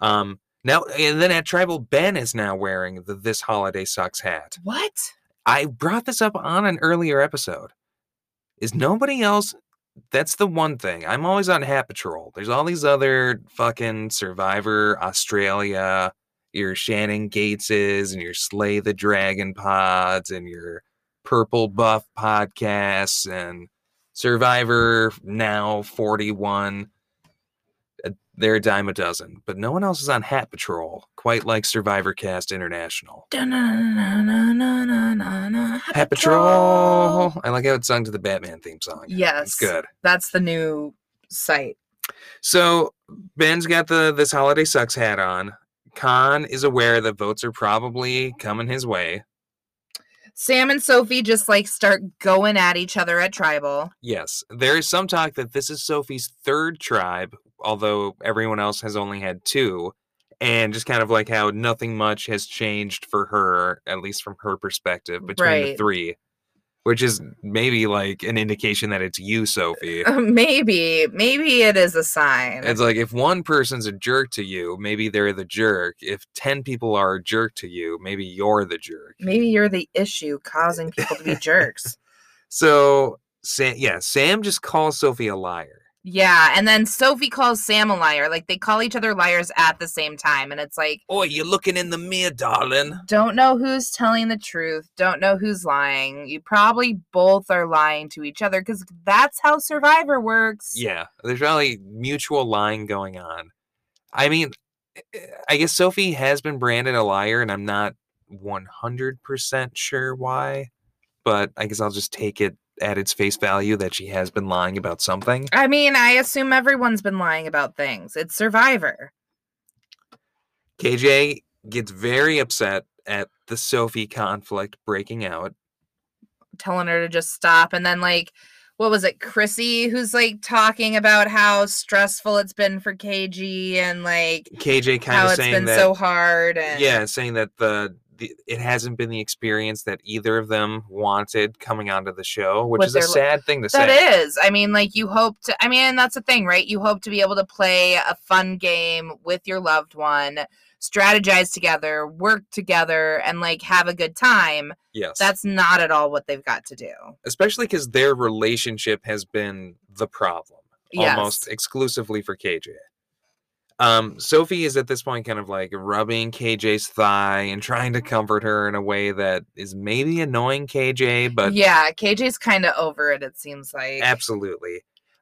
Speaker 1: Um, now and then at Tribal Ben is now wearing the this holiday sucks hat.
Speaker 2: what
Speaker 1: I brought this up on an earlier episode. Is nobody else? That's the one thing. I'm always on Hat Patrol. There's all these other fucking Survivor Australia, your Shannon Gateses and your Slay the Dragon pods and your Purple Buff podcasts and Survivor Now 41. Uh, They're a dime a dozen, but no one else is on Hat Patrol, quite like Survivor Cast International.
Speaker 2: Dun-na-na-na-na-na-na-na.
Speaker 1: Pat Patrol. I like how it's sung to the Batman theme song.
Speaker 2: Yes.
Speaker 1: It's good.
Speaker 2: that's the new site
Speaker 1: So Ben's got the this holiday sucks hat on. Khan is aware that votes are probably coming his way.
Speaker 2: sam and sophie just like start going at each other at tribal
Speaker 1: Yes, there is some talk that this is Sophie's third tribe, although everyone else has only had two, and just kind of like how nothing much has changed for her, at least from her perspective, between the
Speaker 2: Right.
Speaker 1: three, which is maybe like an indication that it's you, Sophie.
Speaker 2: maybe maybe it is a sign
Speaker 1: It's like if one person's a jerk to you, maybe they're the jerk. If 10 people are a jerk to you, maybe you're the jerk.
Speaker 2: maybe you're the issue causing people to be jerks
Speaker 1: So, Sam, yeah, Sam just calls Sophie a liar.
Speaker 2: Yeah, and then Sophie calls Sam a liar. Like they call each other liars at the same time, and it's like
Speaker 1: Oi, you're looking in the mirror, darling.
Speaker 2: don't know who's telling the truth, don't know who's lying. You probably both are lying to each other because that's how Survivor works.
Speaker 1: Yeah, there's really mutual lying going on. I mean, eh, I guess Sophie has been branded a liar, and I'm not 100% sure why, but I guess I'll just take it at its face value that she has been lying about something.
Speaker 2: I mean, I assume everyone's been lying about things. It's Survivor.
Speaker 1: KJ gets very upset at the Sophie conflict breaking out.
Speaker 2: Telling her to just stop, and then like what was it, Chrissy, who's like talking about how stressful it's been for KG and like
Speaker 1: KJ kind
Speaker 2: how
Speaker 1: of
Speaker 2: it's
Speaker 1: saying
Speaker 2: been
Speaker 1: that
Speaker 2: so hard. And
Speaker 1: yeah, saying that the, the it hasn't been the experience that either of them wanted coming onto the show, which
Speaker 2: What
Speaker 1: is a
Speaker 2: they're-
Speaker 1: sad thing to
Speaker 2: That
Speaker 1: say.
Speaker 2: is. I mean, like you hope to. I mean, and that's the thing, right? You hope to be able to play a fun game with your loved one, strategize together, work together, and like have a good time.
Speaker 1: Yes,
Speaker 2: That's not at all what they've got to do.
Speaker 1: especially because their relationship has been the problem
Speaker 2: Yes.
Speaker 1: almost exclusively for KJ. Um, Sophie is at this point kind of like rubbing KJ's thigh and trying to comfort her in a way that is maybe annoying KJ, but
Speaker 2: yeah, KJ's kind of over it. It seems like.
Speaker 1: Absolutely.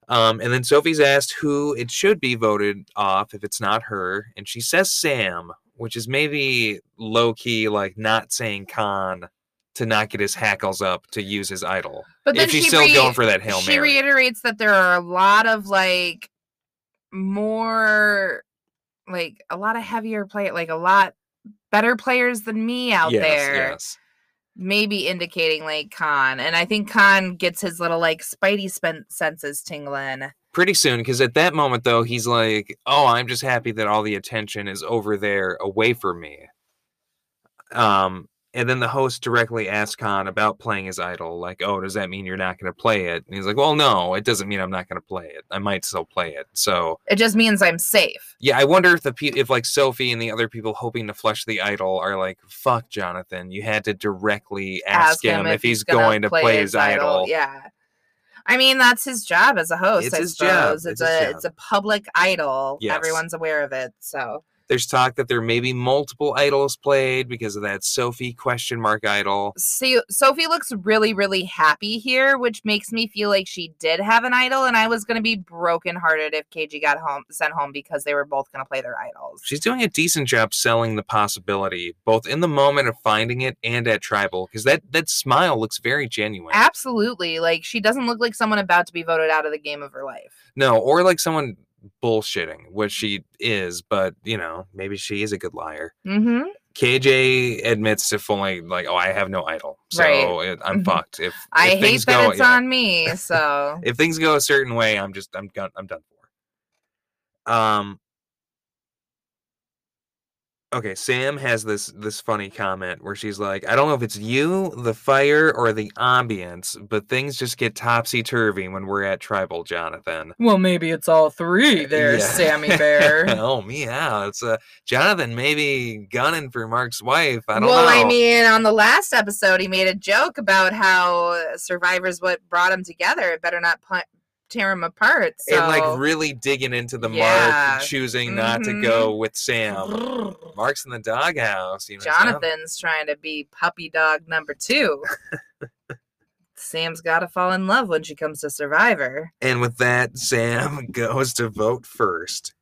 Speaker 1: Um, and then Sophie's asked who it should be voted off if it's not her, and she says Sam, which is maybe low key like not saying Khan to not get his hackles up to use his idol.
Speaker 2: But then
Speaker 1: if she's
Speaker 2: she
Speaker 1: still
Speaker 2: re-
Speaker 1: going for that hail
Speaker 2: she
Speaker 1: mary,
Speaker 2: reiterates that there are a lot of like more like a lot of heavier play like a lot better players than me out
Speaker 1: yes,
Speaker 2: there.
Speaker 1: yes,
Speaker 2: maybe indicating like Khan. And I think Khan gets his little like spidey spen- senses tingling.
Speaker 1: pretty soon. Because at that moment though, he's like, "Oh, I'm just happy that all the attention is over there, away from me." Um. And then the host directly asks Khan about playing his idol, like, "Oh, does that mean you're not going to play it?" And he's like, "Well, no, it doesn't mean I'm not going to play it. I might still play it." So,
Speaker 2: It just means I'm safe.
Speaker 1: yeah, I wonder if the pe- if like Sophie and the other people hoping to flush the idol are like, "Fuck, Jonathan, you had to directly ask, him, if he's,
Speaker 2: gonna
Speaker 1: going to play his, idol."
Speaker 2: Yeah. I mean, that's his job as a host,
Speaker 1: It's
Speaker 2: I
Speaker 1: his job,
Speaker 2: suppose.
Speaker 1: it's
Speaker 2: It's,
Speaker 1: his
Speaker 2: a
Speaker 1: job.
Speaker 2: it's a public idol.
Speaker 1: Yes.
Speaker 2: Everyone's aware of it. So
Speaker 1: There's talk that there may be multiple idols played because of that Sophie question mark idol.
Speaker 2: so Sophie looks really, really happy here, which makes me feel like she did have an idol, and I was gonna be brokenhearted if KG got home sent home because they were both gonna play their idols.
Speaker 1: She's doing a decent job selling the possibility, both in the moment of finding it and at tribal, because that that smile looks very genuine.
Speaker 2: Absolutely. Like she doesn't look like someone about to be voted out of the game of her life.
Speaker 1: No, or like someone bullshitting, which she is, but you know, maybe she is a good liar.
Speaker 2: Mm-hmm.
Speaker 1: KJ admits to fully like, oh, I have no idol, so
Speaker 2: Right.
Speaker 1: it, I'm
Speaker 2: Mhm.
Speaker 1: fucked. If,
Speaker 2: I
Speaker 1: if
Speaker 2: hate that it's
Speaker 1: yeah.
Speaker 2: on me. So
Speaker 1: if things go a certain way, I'm just I'm done I'm done for. Um Okay, Sam has this this funny comment where she's like, I don't know if it's you, the fire, or the ambience, but things just get topsy turvy when we're at tribal, Jonathan.
Speaker 2: well, maybe it's all three
Speaker 1: there, Yeah. Sammy
Speaker 2: Bear.
Speaker 1: oh meow. It's uh Jonathan maybe gunning for Mark's wife. I don't
Speaker 2: well,
Speaker 1: know.
Speaker 2: I mean, on the last episode, he made a joke about how Survivor's what brought them together. It better not pu- tear them apart. So.
Speaker 1: and like really digging into the
Speaker 2: Yeah. Mm-hmm.
Speaker 1: mark, choosing not to go with Sam. Mark's in the doghouse, you know. he's not
Speaker 2: Jonathan's trying to be puppy dog number two. Sam's got to fall in love when she comes to Survivor.
Speaker 1: And with that, Sam goes to vote first.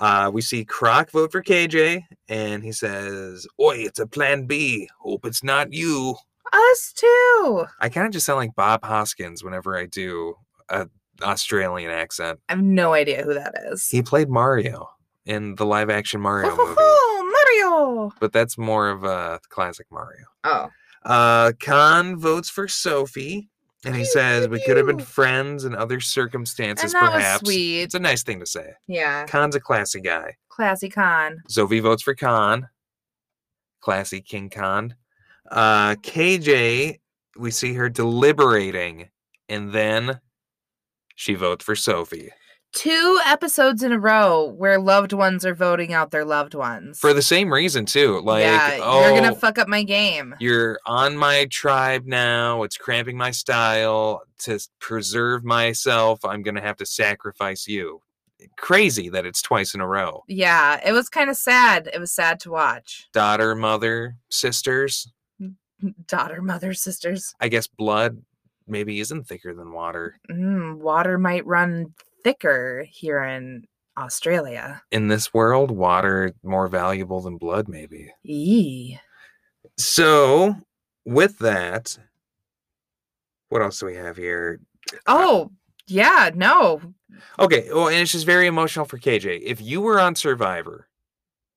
Speaker 1: Uh, we see Croc vote for KJ, and he says, Oi, it's a plan B. Hope it's not you.
Speaker 2: Us too.
Speaker 1: I kind of just sound like Bob Hoskins whenever I do a Australian accent.
Speaker 2: I have no idea who that is.
Speaker 1: He played Mario in the live action Mario movie,
Speaker 2: Mario.
Speaker 1: but that's more of a classic Mario.
Speaker 2: Oh,
Speaker 1: Uh, Khan votes for Sophie, and he
Speaker 2: Pew,
Speaker 1: says,
Speaker 2: pew,
Speaker 1: We could have been
Speaker 2: pew."
Speaker 1: friends in other circumstances,
Speaker 2: and that
Speaker 1: perhaps.
Speaker 2: was sweet.
Speaker 1: It's a nice thing to say.
Speaker 2: Yeah,
Speaker 1: Khan's a classy guy.
Speaker 2: classy con.
Speaker 1: Sophie votes for Khan. Classy King Khan. Uh, KJ, we see her deliberating, and then she votes for Sophie
Speaker 2: Two episodes in a row where loved ones are voting out their loved ones.
Speaker 1: for the same reason too. Like,
Speaker 2: yeah,
Speaker 1: oh,
Speaker 2: you're gonna fuck up my game.
Speaker 1: you're on my tribe now. It's cramping my style. To s- preserve myself, I'm gonna have to sacrifice you. Crazy that it's twice in a row.
Speaker 2: Yeah, it was kind of sad. It was sad to watch.
Speaker 1: Daughter, mother, sisters.
Speaker 2: Daughter, mother, sisters.
Speaker 1: I guess blood maybe isn't thicker than water.
Speaker 2: Mm, water might run thicker here in Australia.
Speaker 1: in this world, water more valuable than blood, maybe.
Speaker 2: Yee.
Speaker 1: So, with that, what else do we have here?
Speaker 2: Oh, yeah. No,
Speaker 1: Okay, well, and it's just very emotional for KJ. If you were on Survivor,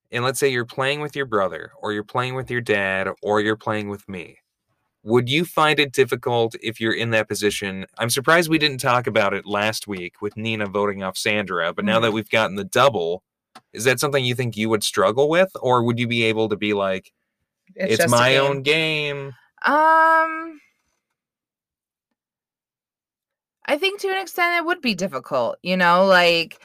Speaker 1: and let's say you're playing with your brother, or you're playing with your dad, or you're playing with me, Would you find it difficult if you're in that position? I'm surprised we didn't talk about it last week with Nina voting off Sandra, but now
Speaker 2: Mm-hmm.
Speaker 1: that we've gotten the double, is that something you think you would struggle with, or would you be able to be like, it's,
Speaker 2: just a
Speaker 1: my
Speaker 2: game.
Speaker 1: own game?
Speaker 2: Um, I think to an extent it would be difficult. You know, like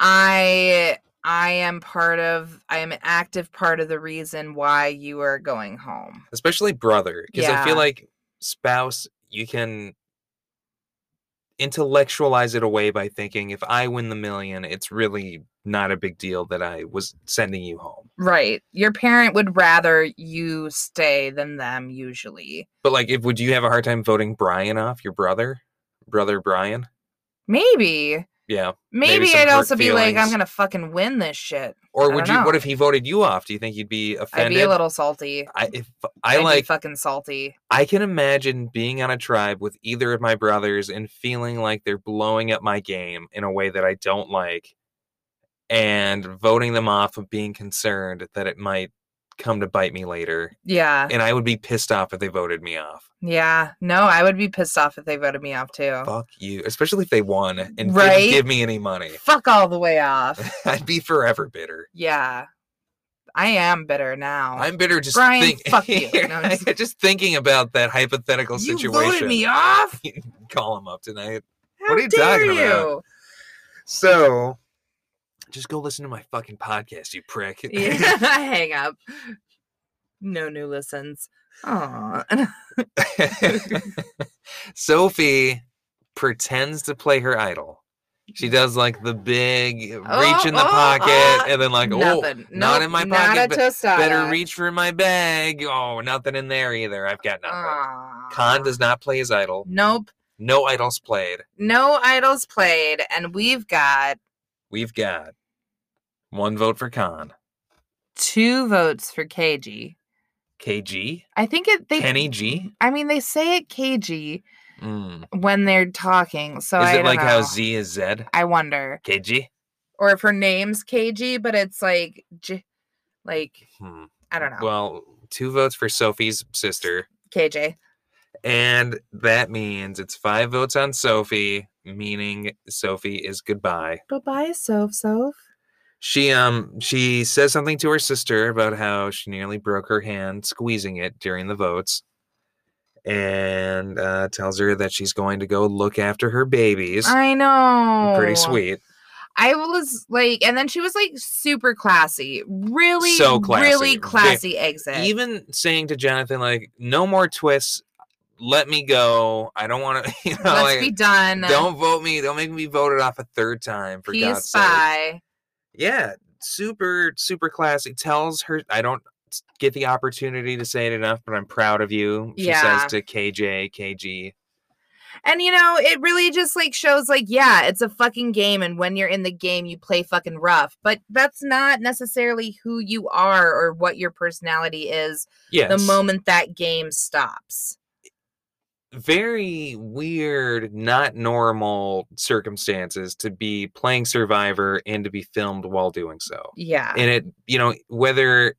Speaker 2: I I am part of I am an active part of the reason why you are going home.
Speaker 1: especially brother because i
Speaker 2: Yeah.
Speaker 1: feel like spouse you can intellectualize it away by thinking if i win the million it's really not a big deal that i was sending you home
Speaker 2: Right. Your parent would rather you stay than them usually.
Speaker 1: but like if would you have a hard time voting brian off your brother brother brian
Speaker 2: Maybe.
Speaker 1: yeah Maybe
Speaker 2: Maybe,
Speaker 1: some
Speaker 2: I'd
Speaker 1: hurt
Speaker 2: also be like, I'm
Speaker 1: feelings.
Speaker 2: gonna fucking win this shit.
Speaker 1: or
Speaker 2: I
Speaker 1: would you
Speaker 2: don't
Speaker 1: what
Speaker 2: know.
Speaker 1: if he voted you off do you think you'd be
Speaker 2: I'd
Speaker 1: offended
Speaker 2: be a little salty.
Speaker 1: I, if
Speaker 2: I'd
Speaker 1: I
Speaker 2: be
Speaker 1: like
Speaker 2: fucking salty.
Speaker 1: I can imagine being on a tribe with either of my brothers and feeling like they're blowing up my game in a way that I don't like and voting them off of being concerned that it might come to bite me later.
Speaker 2: Yeah.
Speaker 1: And I would be pissed off if they voted me off.
Speaker 2: Yeah. No, I would be pissed off if they voted me off too.
Speaker 1: Fuck you. Especially if they won and
Speaker 2: Oh. Right?
Speaker 1: didn't give me any money.
Speaker 2: Fuck all the way off.
Speaker 1: I'd be forever bitter.
Speaker 2: yeah. I am bitter now.
Speaker 1: I'm bitter just
Speaker 2: Oh. Brian,
Speaker 1: think-
Speaker 2: fuck you. No, I'm just-
Speaker 1: just thinking about that hypothetical
Speaker 2: you
Speaker 1: situation.
Speaker 2: voted me off?
Speaker 1: Call him up tonight.
Speaker 2: How
Speaker 1: What are you
Speaker 2: dare
Speaker 1: talking about?
Speaker 2: you?
Speaker 1: So just go listen to my fucking podcast, you prick.
Speaker 2: Yeah, hang up. No new listens. Aw.
Speaker 1: Sophie pretends to play her idol. She does like the big reach in the
Speaker 2: oh,
Speaker 1: pocket
Speaker 2: ah,
Speaker 1: and then like, oh,
Speaker 2: nothing.
Speaker 1: not
Speaker 2: Nope,
Speaker 1: in my
Speaker 2: Not a
Speaker 1: pocket, be-
Speaker 2: tostada.
Speaker 1: better reach for my bag. Oh, nothing in there either. I've got nothing.
Speaker 2: Aw.
Speaker 1: Khan does not play his idol.
Speaker 2: Nope.
Speaker 1: No idols played.
Speaker 2: No idols played, and we've got
Speaker 1: We've got one vote for Khan.
Speaker 2: two votes for KG.
Speaker 1: KG?
Speaker 2: I think it. They.
Speaker 1: Kenny G?
Speaker 2: I mean, they say it KG
Speaker 1: Mm.
Speaker 2: when they're talking. So
Speaker 1: is
Speaker 2: I
Speaker 1: it
Speaker 2: don't
Speaker 1: like
Speaker 2: know.
Speaker 1: how Z is Z?
Speaker 2: I wonder,
Speaker 1: KG?
Speaker 2: or if her name's KG, but it's like, J- like
Speaker 1: Hmm.
Speaker 2: I don't know,
Speaker 1: Well, two votes for Sophie's sister,
Speaker 2: KJ.
Speaker 1: and that means it's five votes on Sophie, meaning Sophie is goodbye.
Speaker 2: Bye bye, Soph Soph.
Speaker 1: She um she says something to her sister about how she nearly broke her hand squeezing it during the votes, and uh, tells her that she's going to go look after her babies.
Speaker 2: I know.
Speaker 1: Pretty sweet.
Speaker 2: I was like, and then she was like super classy, really,
Speaker 1: So classy.
Speaker 2: really
Speaker 1: Ve-
Speaker 2: classy exit.
Speaker 1: Even saying to Jonathan like, "No more twists. Let me go. I don't want to." You know,
Speaker 2: Let's
Speaker 1: like,
Speaker 2: be done.
Speaker 1: Don't vote me. Don't make me be voted off a third time for
Speaker 2: Peace,
Speaker 1: God's sake.
Speaker 2: bye.
Speaker 1: Yeah, super super classy. Tells her I don't s- get the opportunity to say it enough, but I'm proud of you. She
Speaker 2: Yeah.
Speaker 1: says to KJ, KG.
Speaker 2: And you know, it really just like shows like, yeah, it's a fucking game, and when you're in the game, you play fucking rough. But that's not necessarily who you are or what your personality is
Speaker 1: Yes.
Speaker 2: the moment that game stops.
Speaker 1: Very weird, not normal circumstances to be playing Survivor and to be filmed while doing so.
Speaker 2: Yeah.
Speaker 1: and it you know whether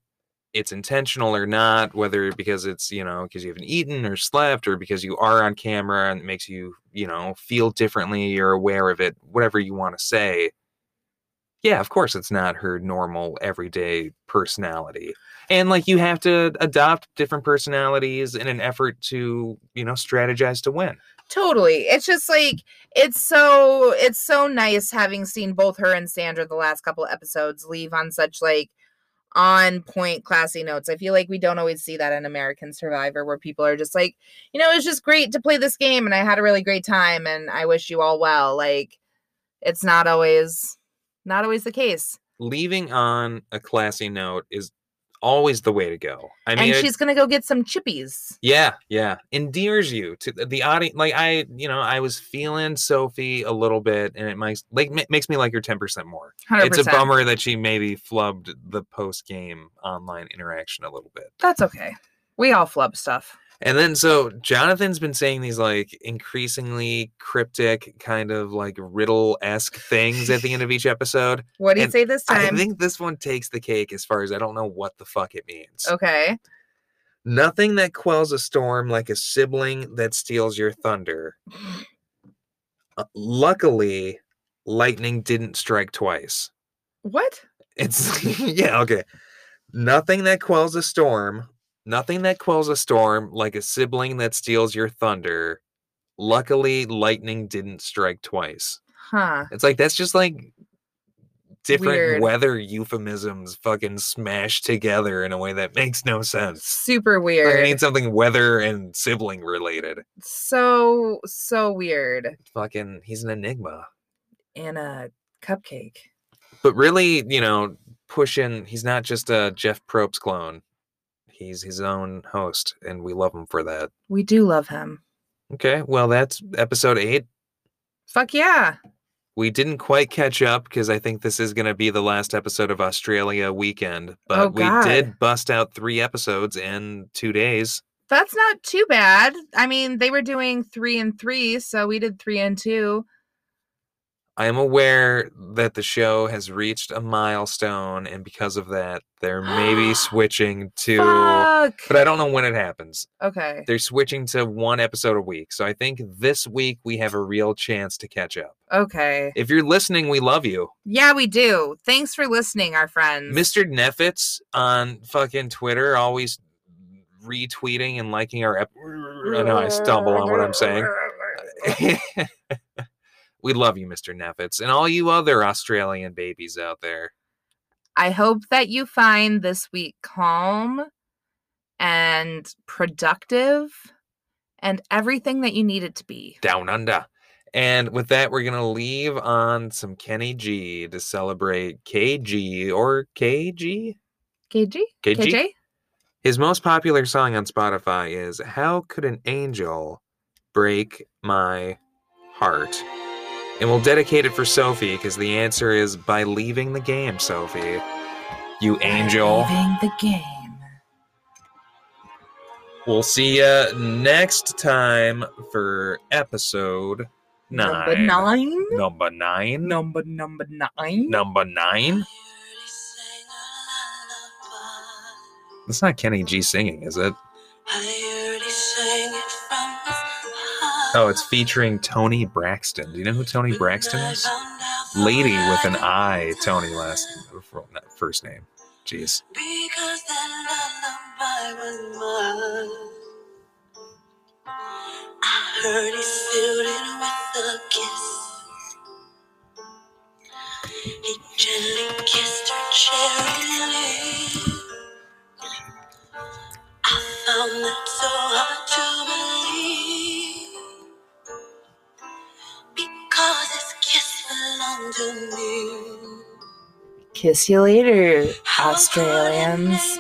Speaker 1: it's intentional or not whether because it's you know because you haven't eaten or slept or because you are on camera and it makes you you know feel differently you're aware of it whatever you want to say yeah of course it's not her normal everyday personality and like you have to adopt different personalities in an effort to you know strategize to win
Speaker 2: Totally. It's just like it's so it's so nice having seen both her and Sandra the last couple of episodes leave on such like on point classy notes. I feel like we don't always see that in American Survivor where people are just like, you know, it's just great to play this game and I had a really great time and I wish you all well. Like it's not always not always the case.
Speaker 1: leaving on a classy note is always the way to go i mean it-
Speaker 2: and she's going to go get some chippies.
Speaker 1: Yeah, yeah. Endears you to the- the audience. Like I, you know, I was feeling Sophie a little bit, and it makes like ma- makes me like her ten percent more.
Speaker 2: 100%.
Speaker 1: It's a bummer that she maybe flubbed the post game online interaction a little bit.
Speaker 2: That's okay. We all flub stuff.
Speaker 1: And then so Jonathan's been saying these like increasingly cryptic, kind of like riddle esque things at the end of each episode.
Speaker 2: What do you
Speaker 1: And
Speaker 2: say this
Speaker 1: I
Speaker 2: time?
Speaker 1: think this one takes the cake as far as I don't know what the fuck it means.
Speaker 2: okay.
Speaker 1: Nothing that quells a storm like a sibling that steals your thunder. Uh, luckily, lightning didn't strike twice.
Speaker 2: What?
Speaker 1: It's yeah, okay. Nothing that quells a storm, nothing that quells a storm like a sibling that steals your thunder. Luckily, lightning didn't strike twice.
Speaker 2: Huh.
Speaker 1: It's like that's just like different
Speaker 2: Weird.
Speaker 1: weather euphemisms fucking smashed together in a way that makes no sense.
Speaker 2: Super
Speaker 1: Like, I
Speaker 2: weird.
Speaker 1: need something weather and sibling related.
Speaker 2: so so weird.
Speaker 1: Fucking, he's an enigma.
Speaker 2: And a cupcake.
Speaker 1: But really, you know, pushing. He's not just a Jeff Probst clone. He's his own host, and we love him for that.
Speaker 2: We do love him.
Speaker 1: Okay, well, that's episode eight.
Speaker 2: Fuck yeah.
Speaker 1: We didn't quite catch up because I think this is going to be the last episode of Australia weekend, but
Speaker 2: Oh,
Speaker 1: we
Speaker 2: God.
Speaker 1: did bust out three episodes in two days.
Speaker 2: That's not too bad. I mean, they were doing three and three, so we did three and two.
Speaker 1: I am aware that the show has reached a milestone, and because of that, they're maybe switching to.
Speaker 2: Fuck.
Speaker 1: But I don't know when it happens.
Speaker 2: Okay.
Speaker 1: They're switching to one episode a week. So I think this week we have a real chance to catch up.
Speaker 2: Okay.
Speaker 1: If you're listening, we love you.
Speaker 2: Yeah, we do. Thanks for listening, our friends.
Speaker 1: Mr. Neffitz on fucking Twitter always retweeting and liking our ep- I know I stumble on what I'm saying. we love you, Mr. Neffitz, and all you other Australian babies out there.
Speaker 2: I hope that you find this week calm and productive and everything that you need it to be.
Speaker 1: down under. And with that, we're gonna leave on some Kenny G to celebrate KG or KG?
Speaker 2: KG?
Speaker 1: KG.
Speaker 2: KJ?
Speaker 1: His most popular song on Spotify is "How Could an Angel Break My Heart," and we'll dedicate it for Sophie because the answer is by leaving the game, Sophie. You angel.
Speaker 2: Leaving the game.
Speaker 1: We'll see ya next time for episode
Speaker 2: Number
Speaker 1: nine.
Speaker 2: nine.
Speaker 1: Number nine.
Speaker 2: Number number nine.
Speaker 1: Number nine. That's not Kenny G singing, is it? Oh, it's featuring Tony Braxton. Do you know who Tony Braxton is? Lady with an I, Tony last fir- not first name. Jeez.
Speaker 3: Because that lullaby was mine. I heard he sealed it with a kiss. He gently kissed her cherry lips. I found that so hard to believe. Because his kiss belonged to me.
Speaker 2: Kiss you later,
Speaker 3: Australians.